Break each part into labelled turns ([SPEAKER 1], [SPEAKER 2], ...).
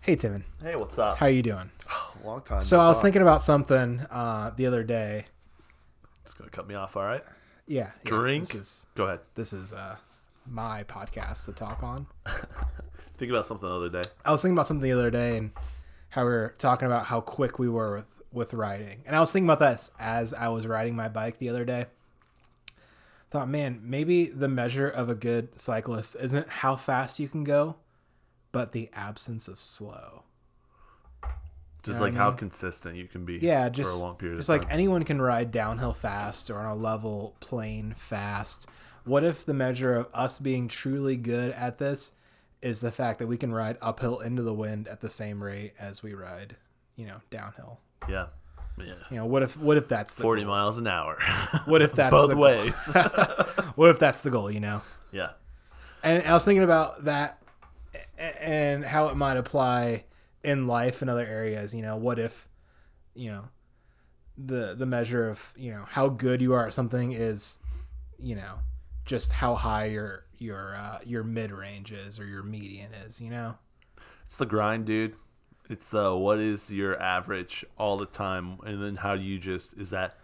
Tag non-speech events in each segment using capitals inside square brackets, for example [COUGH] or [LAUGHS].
[SPEAKER 1] Hey, Timon.
[SPEAKER 2] Hey, what's up?
[SPEAKER 1] How are you doing?
[SPEAKER 2] Long time.
[SPEAKER 1] So
[SPEAKER 2] no
[SPEAKER 1] I was
[SPEAKER 2] talk.
[SPEAKER 1] thinking about something uh, the other day.
[SPEAKER 2] It's gonna cut me off. All right.
[SPEAKER 1] Yeah. yeah,
[SPEAKER 2] Drink.
[SPEAKER 1] This is
[SPEAKER 2] Go ahead.
[SPEAKER 1] this is uh, my podcast to talk on.
[SPEAKER 2] Think about something the other day.
[SPEAKER 1] I was thinking about something the other day and how we were talking about how quick we were with, with riding. And I was thinking about this as I was riding my bike the other day. Thought, man, maybe the measure of a good cyclist isn't how fast you can go, but the absence of slow.
[SPEAKER 2] Just
[SPEAKER 1] Yeah,
[SPEAKER 2] like
[SPEAKER 1] I
[SPEAKER 2] how
[SPEAKER 1] mean-
[SPEAKER 2] consistent you can be.
[SPEAKER 1] Um, Yeah, just
[SPEAKER 2] for a long period
[SPEAKER 1] Just
[SPEAKER 2] of
[SPEAKER 1] like
[SPEAKER 2] time.
[SPEAKER 1] anyone can ride downhill fast or on a level plane fast. What if the measure of us being truly good at this is the fact that we can ride uphill into the wind at the same rate as we ride, you know, downhill?
[SPEAKER 2] yeah. Yeah.
[SPEAKER 1] You know, what if what if that's the
[SPEAKER 2] Forty
[SPEAKER 1] goal?
[SPEAKER 2] miles an hour. [LAUGHS]
[SPEAKER 1] What if that's
[SPEAKER 2] Both
[SPEAKER 1] the goal?
[SPEAKER 2] ways.
[SPEAKER 1] [LAUGHS]
[SPEAKER 2] [LAUGHS]
[SPEAKER 1] What if that's the goal? You know.
[SPEAKER 2] yeah.
[SPEAKER 1] and I was thinking about that a- and how it might apply in life and other areas. You know, what if, you know, the the measure of you know how good you are at something is, you know, just how high your your uh, your mid range is or your median is. You know,
[SPEAKER 2] It's the grind, dude. It's the what is your average all the time, and then how do you just is that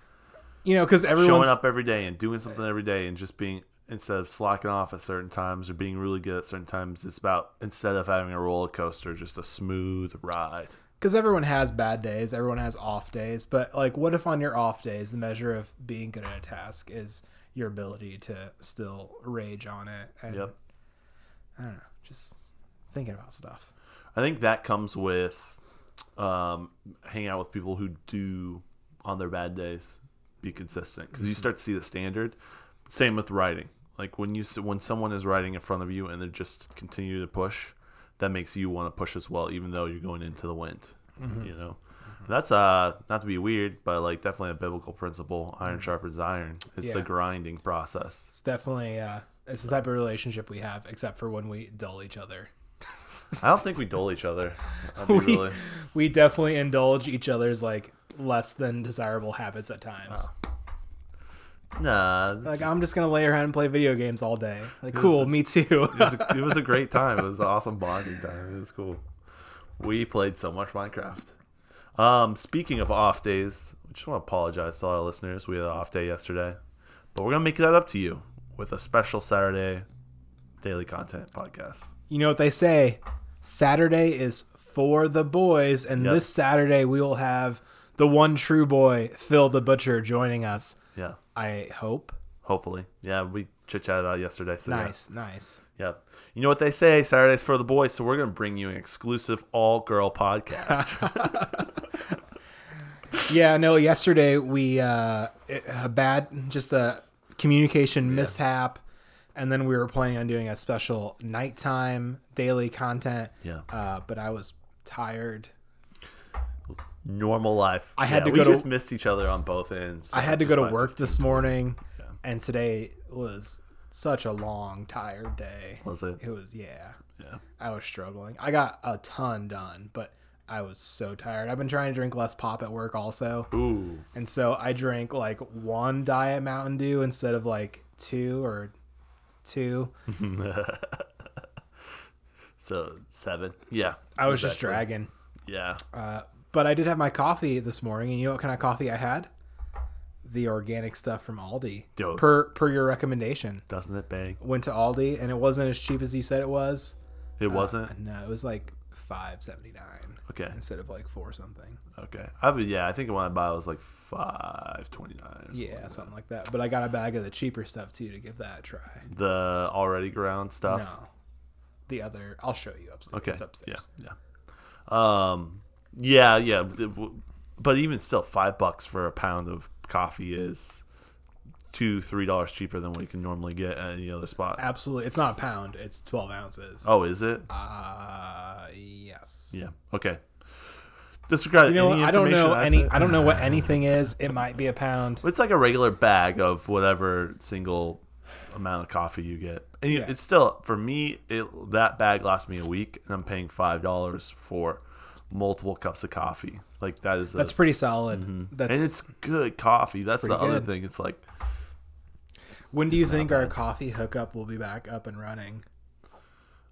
[SPEAKER 1] you know, because everyone's
[SPEAKER 2] showing up every day and doing something every day and just being instead of slacking off at certain times or being really good at certain times. It's about instead of having a roller coaster, just a smooth ride.
[SPEAKER 1] because everyone has bad days, everyone has off days, but like, what if on your off days, the measure of being good at a task is your ability to still rage on it? And
[SPEAKER 2] Yep.
[SPEAKER 1] I don't know, just thinking about stuff.
[SPEAKER 2] I think that comes with um, hanging out with people who do on their bad days be consistent because
[SPEAKER 1] Mm-hmm.
[SPEAKER 2] you start to see the standard. Same with writing. Like when you s- when someone is writing in front of you and they just continue to push, that makes you want to push as well, even though you're going into the wind.
[SPEAKER 1] Mm-hmm.
[SPEAKER 2] You know, that's uh not to be weird, but like definitely a biblical principle. Iron sharpens iron. It's
[SPEAKER 1] Mm-hmm.
[SPEAKER 2] the
[SPEAKER 1] Yeah.
[SPEAKER 2] grinding process.
[SPEAKER 1] [LAUGHS] It's definitely uh, it's the type of relationship we have, except for when we dull each other.
[SPEAKER 2] I don't think we dole
[SPEAKER 1] [LAUGHS]
[SPEAKER 2] each other. I'll be
[SPEAKER 1] We-
[SPEAKER 2] really.
[SPEAKER 1] We definitely indulge each other's like less than desirable habits at times.
[SPEAKER 2] Nah. this
[SPEAKER 1] like
[SPEAKER 2] is-
[SPEAKER 1] I'm just gonna lay around and play video games all day. Like cool, me too. [LAUGHS]
[SPEAKER 2] it was, a, it was a great time. It was an awesome bonding time. It was cool. We played so much Minecraft. Um, speaking of off days, I just want to apologize to all our listeners. We had an off day yesterday, but we're gonna make that up to you with a special Saturday daily content podcast.
[SPEAKER 1] you know what they say? Saturday is for the boys, and
[SPEAKER 2] Yep.
[SPEAKER 1] this Saturday we will have the one true boy, Phil the Butcher, joining us.
[SPEAKER 2] Yeah,
[SPEAKER 1] I hope.
[SPEAKER 2] hopefully. Yeah, we chit chatted about it yesterday. So yeah.
[SPEAKER 1] Nice, nice.
[SPEAKER 2] Yeah. You know what they say, Saturdays for the boys, so we're going to bring you an exclusive all
[SPEAKER 1] [LAUGHS]
[SPEAKER 2] girl podcast.
[SPEAKER 1] yeah no yesterday we uh it- a bad just a communication mishap and then we were planning on doing a special nighttime daily content
[SPEAKER 2] Yeah.
[SPEAKER 1] uh but i was tired
[SPEAKER 2] Normal life.
[SPEAKER 1] I had
[SPEAKER 2] Yeah,
[SPEAKER 1] to
[SPEAKER 2] we
[SPEAKER 1] go to-
[SPEAKER 2] just missed each other on both ends.
[SPEAKER 1] i had to
[SPEAKER 2] Just
[SPEAKER 1] go to
[SPEAKER 2] by
[SPEAKER 1] work this morning
[SPEAKER 2] Yeah.
[SPEAKER 1] and today was such a long tired day
[SPEAKER 2] Was it?
[SPEAKER 1] it was yeah
[SPEAKER 2] Yeah.
[SPEAKER 1] i was struggling i got a ton done but i was so tired i've been trying to drink less pop at work also
[SPEAKER 2] Ooh.
[SPEAKER 1] And so I drank like one diet Mountain Dew instead of like two or two.
[SPEAKER 2] So seven. Yeah.
[SPEAKER 1] I was just Uh,
[SPEAKER 2] exactly.
[SPEAKER 1] dragging.
[SPEAKER 2] Yeah.
[SPEAKER 1] But I did have my coffee this morning, and you know what kind of coffee I had? The organic stuff from Aldi.
[SPEAKER 2] Dope.
[SPEAKER 1] Per per your recommendation.
[SPEAKER 2] Doesn't it bang?
[SPEAKER 1] Went to Aldi and it wasn't as cheap as you said it was.
[SPEAKER 2] It wasn't.
[SPEAKER 1] No, it was like five seventy nine
[SPEAKER 2] Okay.
[SPEAKER 1] instead of like four something.
[SPEAKER 2] Okay. I would, yeah. I think when I bought it was like five twenty nine.
[SPEAKER 1] Yeah, something like that. But I got a bag of the cheaper stuff too to give that a try.
[SPEAKER 2] The already ground stuff.
[SPEAKER 1] No. The other I'll show you upstairs.
[SPEAKER 2] Okay.
[SPEAKER 1] It's upstairs.
[SPEAKER 2] Yeah. Yeah. Um. Yeah. Yeah. the- w- But even still, five bucks for a pound of coffee is two, three dollars cheaper than what you can normally get at any other spot.
[SPEAKER 1] Absolutely. It's not a pound, it's 12 ounces.
[SPEAKER 2] Oh, is it?
[SPEAKER 1] Uh, yes.
[SPEAKER 2] yeah. Okay. Disregard
[SPEAKER 1] You know, what?
[SPEAKER 2] any
[SPEAKER 1] I don't know
[SPEAKER 2] information I
[SPEAKER 1] any.
[SPEAKER 2] said.
[SPEAKER 1] I don't [LAUGHS] know what anything is. It might be a pound.
[SPEAKER 2] It's like a regular bag of whatever single amount of coffee you get. And you
[SPEAKER 1] Yeah.
[SPEAKER 2] it's still for me it, that bag lasts me a week and I'm paying $5 for multiple cups of coffee. Like that is a,
[SPEAKER 1] That's pretty solid. That's.
[SPEAKER 2] and it's good coffee. That's the
[SPEAKER 1] pretty
[SPEAKER 2] other
[SPEAKER 1] good.
[SPEAKER 2] thing. It's like
[SPEAKER 1] when do you think our coffee hookup will be back up and running?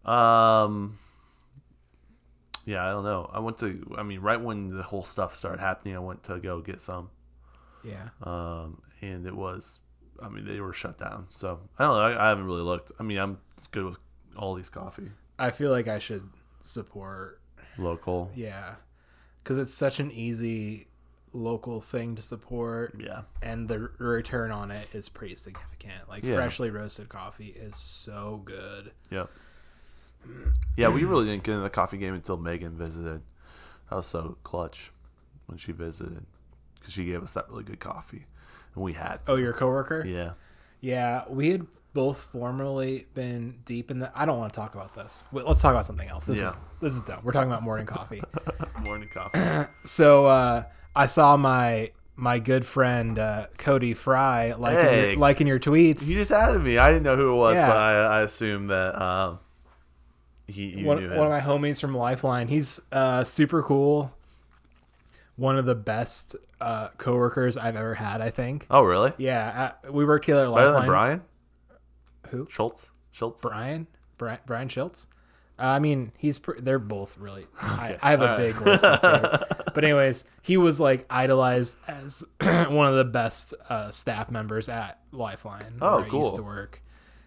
[SPEAKER 2] um Yeah, I don't know. I went to. I mean, right when the whole stuff started happening, I went to go get some,
[SPEAKER 1] Yeah.
[SPEAKER 2] um, and it was. I mean, they were shut down. So I don't know. I, I haven't really looked. I mean, I'm good with Aldi's coffee,
[SPEAKER 1] I feel like I should support.
[SPEAKER 2] local.
[SPEAKER 1] Yeah. Because it's such an easy local thing to support.
[SPEAKER 2] Yeah,
[SPEAKER 1] and the r- return on it is pretty significant. Like
[SPEAKER 2] Yeah.
[SPEAKER 1] freshly roasted coffee is so good.
[SPEAKER 2] yeah, yeah. We really didn't get in the coffee game until Megan visited. That was so clutch when she visited because she gave us that really good coffee, and we had. To.
[SPEAKER 1] Oh, your coworker? Yeah.
[SPEAKER 2] Yeah,
[SPEAKER 1] we had both formerly been deep in the. I don't want to talk about this. Wait, let's talk about something else. This is
[SPEAKER 2] Yeah.
[SPEAKER 1] this is dumb. We're talking about morning coffee.
[SPEAKER 2] [COUGHS]
[SPEAKER 1] [LAUGHS]
[SPEAKER 2] morning coffee.
[SPEAKER 1] so uh, I saw my my good friend uh, Cody Fry liking
[SPEAKER 2] Hey.
[SPEAKER 1] your, liking your tweets.
[SPEAKER 2] You just added me. I didn't know who it was,
[SPEAKER 1] Yeah.
[SPEAKER 2] but I, I assume that um, he you
[SPEAKER 1] one,
[SPEAKER 2] knew him.
[SPEAKER 1] one of my homies from Lifeline. He's uh, super cool. One of the best uh, coworkers I've ever had. I think.
[SPEAKER 2] oh, really?
[SPEAKER 1] Yeah, uh we worked together at
[SPEAKER 2] Better than
[SPEAKER 1] Lifeline.
[SPEAKER 2] Brian
[SPEAKER 1] Who?
[SPEAKER 2] Schultz. Schultz.
[SPEAKER 1] Brian? Brian? Brian Schultz? Uh, I mean, he's pr- they're both really. I,
[SPEAKER 2] [LAUGHS] Okay,
[SPEAKER 1] I have a
[SPEAKER 2] all right.
[SPEAKER 1] big list. Of
[SPEAKER 2] [LAUGHS]
[SPEAKER 1] favorite. but anyways, he was like idolized as [CLEARS THROAT] one of the best uh, staff members at Lifeline.
[SPEAKER 2] Oh,
[SPEAKER 1] where I
[SPEAKER 2] cool.
[SPEAKER 1] used to work,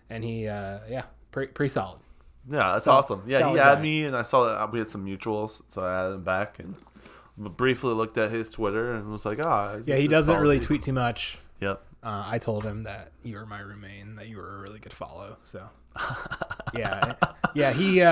[SPEAKER 1] and he, uh, yeah, pretty pretty solid.
[SPEAKER 2] yeah, that's
[SPEAKER 1] Sol-
[SPEAKER 2] awesome. Yeah,
[SPEAKER 1] solid
[SPEAKER 2] he added
[SPEAKER 1] guy.
[SPEAKER 2] me, and I saw that we had some mutuals, so I added him back and briefly looked at his Twitter and was like, ah,
[SPEAKER 1] Yeah, he
[SPEAKER 2] he's a
[SPEAKER 1] doesn't
[SPEAKER 2] solid
[SPEAKER 1] really
[SPEAKER 2] dude.
[SPEAKER 1] tweet too much.
[SPEAKER 2] Yep.
[SPEAKER 1] Uh, I told him that you were my roommate and that you were a really good follow.
[SPEAKER 2] [LAUGHS]
[SPEAKER 1] So, yeah, yeah. He, uh,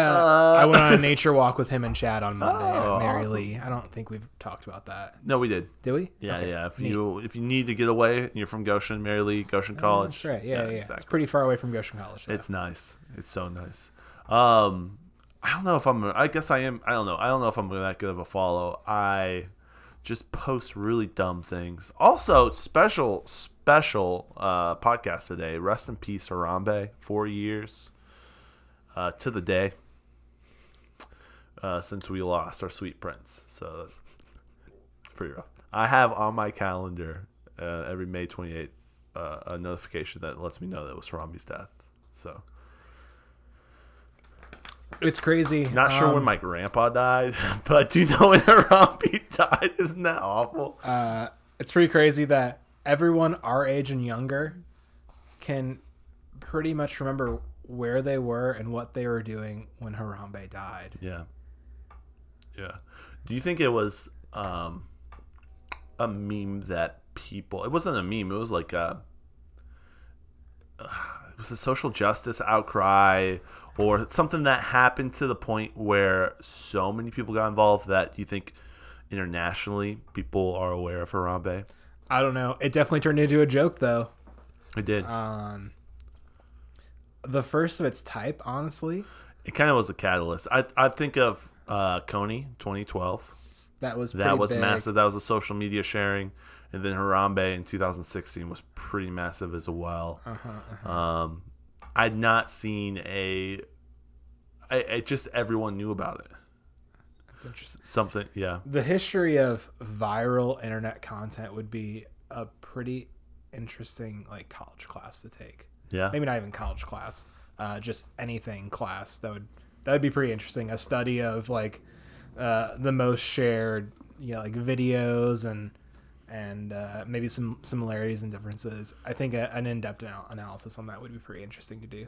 [SPEAKER 1] I went on a nature walk with him and Chad on Monday
[SPEAKER 2] Oh,
[SPEAKER 1] at Mary
[SPEAKER 2] awesome.
[SPEAKER 1] Lee. I don't think we've talked about that,
[SPEAKER 2] No, we did.
[SPEAKER 1] did we?
[SPEAKER 2] Yeah,
[SPEAKER 1] Okay.
[SPEAKER 2] yeah. If
[SPEAKER 1] Neat. Oh,
[SPEAKER 2] you if you need to get away, and you're from Goshen, Mary Lee, Goshen College.
[SPEAKER 1] That's right. Yeah, yeah. yeah. It's
[SPEAKER 2] exactly.
[SPEAKER 1] pretty far away from Goshen College. though.
[SPEAKER 2] It's nice. It's so nice. Um, I don't know if I'm. I guess I am. I don't know. I don't know if I'm that good of a follow. I just post really dumb things. Also, special special uh, podcast today. Rest in peace, Harambe. Four years uh, to the day uh, since we lost our sweet prince. So it's pretty rough. I have on my calendar uh, every May 28th uh, a notification that lets me know that it was Harambe's death. So
[SPEAKER 1] it's crazy.
[SPEAKER 2] not sure when
[SPEAKER 1] Um,
[SPEAKER 2] my grandpa died, [LAUGHS] but I do know when [LAUGHS] Harambe died. Isn't that awful?
[SPEAKER 1] uh, it's pretty crazy that everyone our age and younger can pretty much remember where they were and what they were doing when Harambe died.
[SPEAKER 2] yeah, yeah. Do you think it was um, a meme that people? It wasn't a meme. It was like a. uh, It was a social justice outcry or something that happened to the point where so many people got involved that you think internationally people are aware of Harambe.
[SPEAKER 1] I don't know. It definitely turned into a joke though.
[SPEAKER 2] It did.
[SPEAKER 1] um the first of its type honestly
[SPEAKER 2] It kind of was a catalyst. I I think of uh, Coney 2012.
[SPEAKER 1] that was
[SPEAKER 2] That
[SPEAKER 1] pretty
[SPEAKER 2] was
[SPEAKER 1] big.
[SPEAKER 2] massive. That was a social media sharing, and then Harambe in 2016 was pretty massive as well.
[SPEAKER 1] Uh-huh,
[SPEAKER 2] Um, I'd not seen a. I, I just everyone knew about it.
[SPEAKER 1] That's interesting.
[SPEAKER 2] Something, yeah,
[SPEAKER 1] the history of viral internet content would be a pretty interesting like college class to take
[SPEAKER 2] yeah,
[SPEAKER 1] maybe not even college class uh just anything class that would that would be pretty interesting a study of like uh the most shared you know like videos and and uh, maybe some similarities and differences. I think a, an in-depth anal- analysis on that would be pretty interesting to do.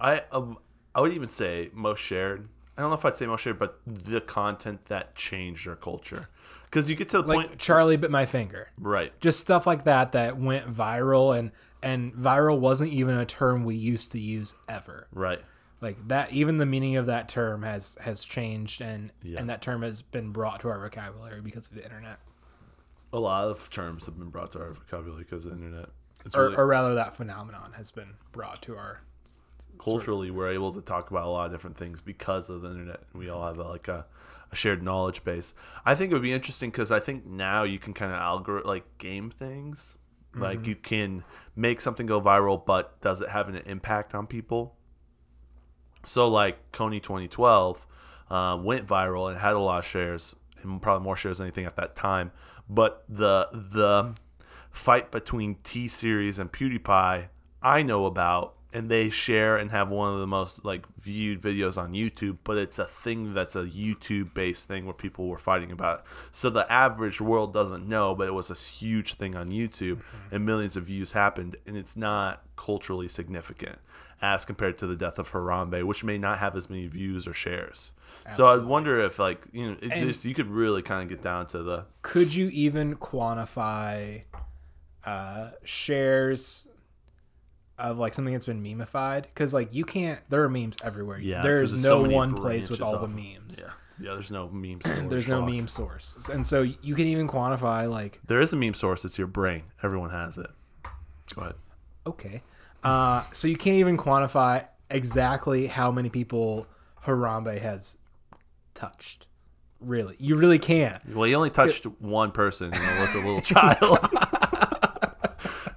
[SPEAKER 2] I um, I would even say most shared. I don't know if I'd say most shared, but the content that changed our culture, because you get to the
[SPEAKER 1] like
[SPEAKER 2] point,
[SPEAKER 1] Charlie bit my finger.
[SPEAKER 2] right?
[SPEAKER 1] Just stuff like that that went viral and and viral wasn't even a term we used to use ever.
[SPEAKER 2] Right.
[SPEAKER 1] Like that even the meaning of that term has has changed and
[SPEAKER 2] Yeah.
[SPEAKER 1] and that term has been brought to our vocabulary because of the internet.
[SPEAKER 2] a lot of terms have been brought to our vocabulary because of the internet. It's
[SPEAKER 1] Or,
[SPEAKER 2] really
[SPEAKER 1] or rather that phenomenon has been brought to our
[SPEAKER 2] culturally we're able to talk about a lot of different things because of the internet. We all have a, like a, a shared knowledge base. I think it would be interesting because I think now you can kind of algor like game things. Like
[SPEAKER 1] Mm-hmm.
[SPEAKER 2] you can make something go viral, but does it have an impact on people? So like Coney 2012 uh, went viral and had a lot of shares and probably more shares than anything at that time. But the the fight between T Series and PewDiePie I know about and they share and have one of the most like viewed videos on YouTube, but it's a thing that's a YouTube based thing where people were fighting about. It. So the average world doesn't know, but it was this huge thing on YouTube
[SPEAKER 1] Mm-hmm.
[SPEAKER 2] and millions of views happened and it's not culturally significant as compared to the death of Harambe, which may not have as many views or shares. So I wonder if like, you know, it
[SPEAKER 1] And-
[SPEAKER 2] just, you could really kind of get down to the
[SPEAKER 1] could you even quantify uh, shares of like something that's been memeified? Because like you can't. There are memes everywhere.
[SPEAKER 2] yeah, 'cause
[SPEAKER 1] there's
[SPEAKER 2] there's
[SPEAKER 1] no
[SPEAKER 2] so many
[SPEAKER 1] one place with
[SPEAKER 2] branches
[SPEAKER 1] all
[SPEAKER 2] off
[SPEAKER 1] the
[SPEAKER 2] of-
[SPEAKER 1] memes.
[SPEAKER 2] Yeah. Yeah, there's no meme source.
[SPEAKER 1] [CLEARS THROAT] There's no
[SPEAKER 2] Fuck.
[SPEAKER 1] meme source, and so you can even quantify like
[SPEAKER 2] There is a meme source. It's your brain. Everyone has it. But
[SPEAKER 1] okay, uh, so you can't even quantify exactly how many people Harambe has touched. Really, you really can't.
[SPEAKER 2] well, he only touched one person, and it was a little child. [LAUGHS]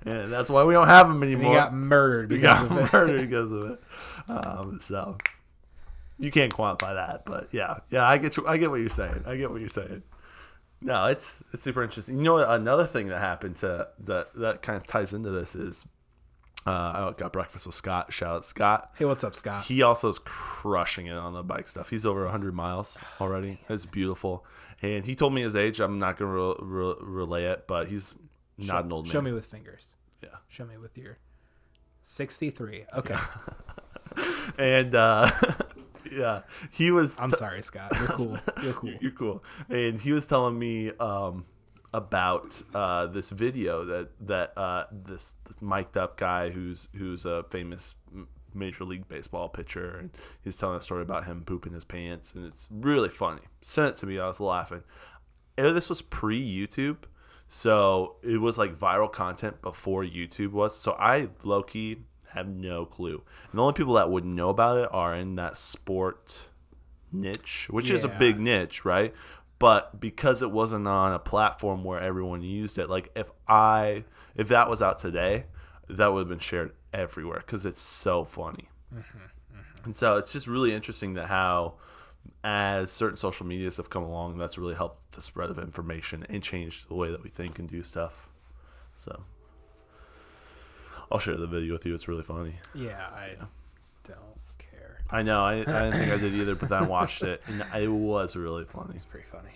[SPEAKER 2] and that's why we don't have him
[SPEAKER 1] He
[SPEAKER 2] anymore. [LAUGHS]
[SPEAKER 1] got murdered
[SPEAKER 2] He
[SPEAKER 1] because
[SPEAKER 2] got,
[SPEAKER 1] of it.
[SPEAKER 2] murdered because of it. Um, so you can't quantify that, but yeah, yeah, I get you, I get what you're saying. I get what you're saying. No, it's it's super interesting. You know, what, another thing that happened to that that kind of ties into this is uh, I got breakfast with Scott. Shout out Scott.
[SPEAKER 1] Hey, what's up, Scott?
[SPEAKER 2] He also is crushing it on the bike stuff. He's over 100 miles already. It's beautiful. And he told me his age. I'm not going to re- re- relay it, but he's not an old man.
[SPEAKER 1] Show me with fingers.
[SPEAKER 2] Yeah.
[SPEAKER 1] Show me with your 63.
[SPEAKER 2] [LAUGHS]
[SPEAKER 1] Okay.
[SPEAKER 2] And uh, [LAUGHS] yeah, he was.
[SPEAKER 1] I'm sorry, Scott. You're cool. You're cool.
[SPEAKER 2] [LAUGHS] You're cool. And he was telling me um, about uh, this video that that uh, this, this mic'd up guy who's who's a famous m- major league baseball pitcher, and he's telling a story about him pooping his pants, and it's really funny. Sent it to me. I was laughing. And this was pre YouTube. So it was like viral content before YouTube was. So I low key have no clue. And the only people that would know about it are in that sport niche, which is a
[SPEAKER 1] Yeah.
[SPEAKER 2] big niche, right? But because it wasn't on a platform where everyone used it, like if I if that was out today, that would have been shared everywhere because it's so funny. And so it's just really interesting that how, as certain social medias have come along, that's really helped the spread of information and changed the way that we think and do stuff. So I'll share the video with you. It's really funny.
[SPEAKER 1] Yeah, I don't care.
[SPEAKER 2] I know. I, I didn't think I did either, but then I watched it and it was really funny.
[SPEAKER 1] It's pretty funny.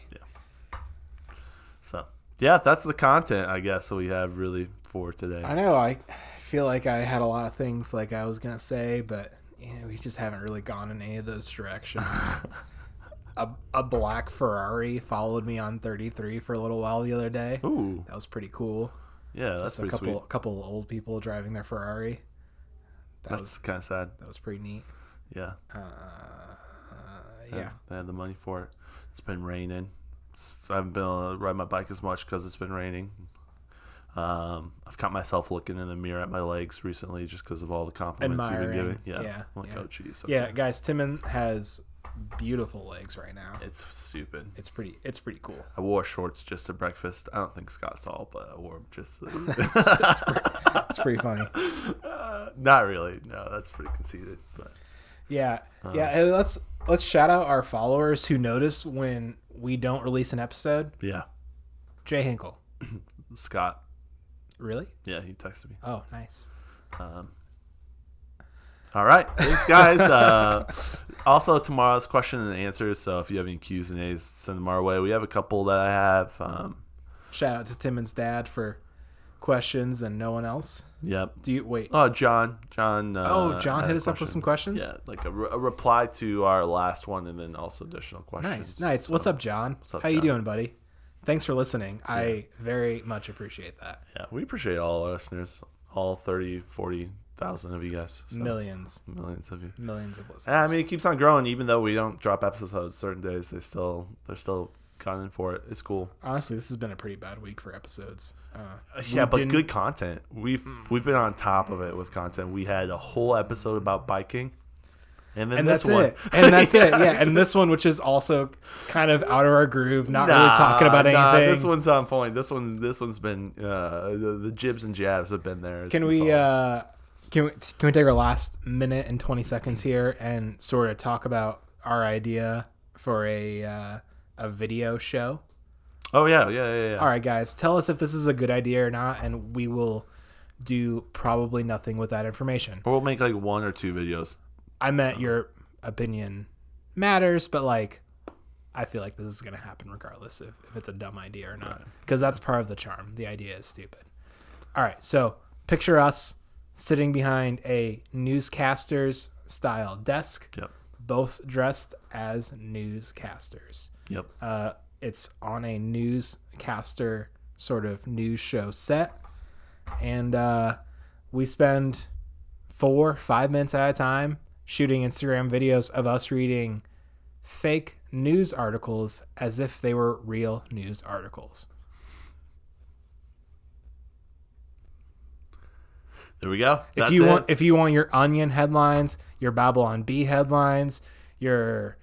[SPEAKER 2] So yeah, that's the content I guess that we have really for today.
[SPEAKER 1] I know. I feel like I had a lot of things like I was going to say, but you know, we just haven't really gone in any of those
[SPEAKER 2] [LAUGHS]
[SPEAKER 1] directions. a, a black Ferrari followed me on 33 for a little while the other day.
[SPEAKER 2] Ooh,
[SPEAKER 1] That was pretty cool.
[SPEAKER 2] yeah, that's
[SPEAKER 1] Just a
[SPEAKER 2] pretty
[SPEAKER 1] couple
[SPEAKER 2] sweet.
[SPEAKER 1] couple old people driving their Ferrari. That was
[SPEAKER 2] That's kind of sad.
[SPEAKER 1] that was pretty neat.
[SPEAKER 2] Yeah,
[SPEAKER 1] Uh, yeah.
[SPEAKER 2] they have the money for it. It's been raining. It's- I haven't been able to ride my bike as much because it's been raining. Um, I've caught myself looking in the mirror at my legs recently just because of all the compliments you've been
[SPEAKER 1] Admiring.
[SPEAKER 2] giving. Yeah,
[SPEAKER 1] Yeah,
[SPEAKER 2] I'm like
[SPEAKER 1] yeah.
[SPEAKER 2] oh geez,
[SPEAKER 1] Yeah, guys, Timon has beautiful legs right now.
[SPEAKER 2] it's stupid.
[SPEAKER 1] It's pretty it's pretty cool.
[SPEAKER 2] I wore shorts just to breakfast. I don't think Scott saw, but I wore them
[SPEAKER 1] [LAUGHS]
[SPEAKER 2] just. [LAUGHS]
[SPEAKER 1] It's pretty, it's pretty funny.
[SPEAKER 2] [LAUGHS] Not really. No, that's pretty conceited. But
[SPEAKER 1] Yeah.
[SPEAKER 2] Uh-huh.
[SPEAKER 1] Yeah, and let's let's shout out our followers who notice when we don't release an episode.
[SPEAKER 2] yeah,
[SPEAKER 1] Jay Hinkle.
[SPEAKER 2] Scott.
[SPEAKER 1] Really?
[SPEAKER 2] Yeah, he texted me.
[SPEAKER 1] Oh, nice.
[SPEAKER 2] Um, all right,
[SPEAKER 1] [LAUGHS]
[SPEAKER 2] thanks guys. uh, also, tomorrow's question and answers. So if you have any Q's and A's, send them our way. We have a couple that I have. Um,
[SPEAKER 1] Shout out to Timon's dad for questions and no one else.
[SPEAKER 2] yep.
[SPEAKER 1] Do you wait?
[SPEAKER 2] Oh, John. John. Uh,
[SPEAKER 1] Oh, John
[SPEAKER 2] had
[SPEAKER 1] hit
[SPEAKER 2] a
[SPEAKER 1] us up with
[SPEAKER 2] question.
[SPEAKER 1] some questions.
[SPEAKER 2] Yeah, like a, re- a reply to our last one, and then also additional
[SPEAKER 1] Nice,
[SPEAKER 2] questions.
[SPEAKER 1] nice. What's
[SPEAKER 2] So,
[SPEAKER 1] up, John?
[SPEAKER 2] up,
[SPEAKER 1] How you
[SPEAKER 2] John?
[SPEAKER 1] doing, buddy? Thanks for listening. I very much appreciate that.
[SPEAKER 2] Yeah, we appreciate all our listeners, all 30, 40,000 of you guys, so
[SPEAKER 1] Millions,
[SPEAKER 2] millions of you.
[SPEAKER 1] millions of listeners.
[SPEAKER 2] Yeah, I mean, it keeps on growing, even though we don't drop episodes certain days. They still, they're still gunning for it. It's cool.
[SPEAKER 1] Honestly, this has been a pretty bad week for episodes. Uh,
[SPEAKER 2] Yeah,
[SPEAKER 1] we
[SPEAKER 2] but
[SPEAKER 1] didn't- Hmm.
[SPEAKER 2] good content. We've we've been on top of it with content. We had a whole episode about biking, and then
[SPEAKER 1] and
[SPEAKER 2] this
[SPEAKER 1] that's
[SPEAKER 2] one.
[SPEAKER 1] it. And that's
[SPEAKER 2] [LAUGHS]
[SPEAKER 1] it. Yeah, and this one, which is also kind of out of our groove, not really
[SPEAKER 2] Nah,
[SPEAKER 1] talking about
[SPEAKER 2] nah,
[SPEAKER 1] anything.
[SPEAKER 2] this one's on point. This one, this one's been uh, the, the jibs and jabs have been there. It's
[SPEAKER 1] can
[SPEAKER 2] been
[SPEAKER 1] we?
[SPEAKER 2] solid.
[SPEAKER 1] Uh, can we? Can we take our last minute and twenty seconds here and sort of talk about our idea for a uh, a video show?
[SPEAKER 2] oh yeah, yeah, yeah, yeah.
[SPEAKER 1] All right, guys, tell us if this is a good idea or not, and we will do probably nothing with that information.
[SPEAKER 2] Or we'll make like one or two videos.
[SPEAKER 1] I meant your opinion matters, but like, I feel like this is going to happen regardless if, if it's a dumb idea or not, because that's part of the charm. The idea is stupid. All right. So picture us sitting behind a newscaster's style desk,
[SPEAKER 2] Yep.
[SPEAKER 1] both dressed as newscasters.
[SPEAKER 2] Yep.
[SPEAKER 1] Uh, it's on a newscaster sort of news show set, and uh, we spend four, five minutes at a time shooting Instagram videos of us reading fake news articles as if they were real news articles.
[SPEAKER 2] There we go.
[SPEAKER 1] If
[SPEAKER 2] That's
[SPEAKER 1] you
[SPEAKER 2] it.
[SPEAKER 1] want, if you want your Onion headlines, your Babylon B headlines, your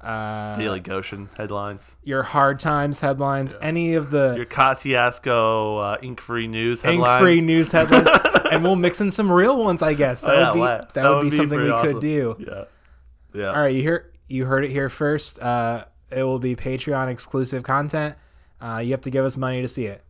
[SPEAKER 1] uh,
[SPEAKER 2] Daily Goshen headlines.
[SPEAKER 1] your Hard Times headlines, any of the
[SPEAKER 2] Your Kosciuszko uh, Ink Free News headlines.
[SPEAKER 1] ink free news
[SPEAKER 2] [LAUGHS]
[SPEAKER 1] headlines, and we'll mix in some real ones, I guess. That
[SPEAKER 2] Oh, Yeah,
[SPEAKER 1] would be
[SPEAKER 2] why-
[SPEAKER 1] that, would be, something we
[SPEAKER 2] pretty awesome.
[SPEAKER 1] could do.
[SPEAKER 2] Yeah. Yeah.
[SPEAKER 1] All right, you hear you heard it here first. Uh, it will be Patreon exclusive content. Uh, you have to give us money to see it.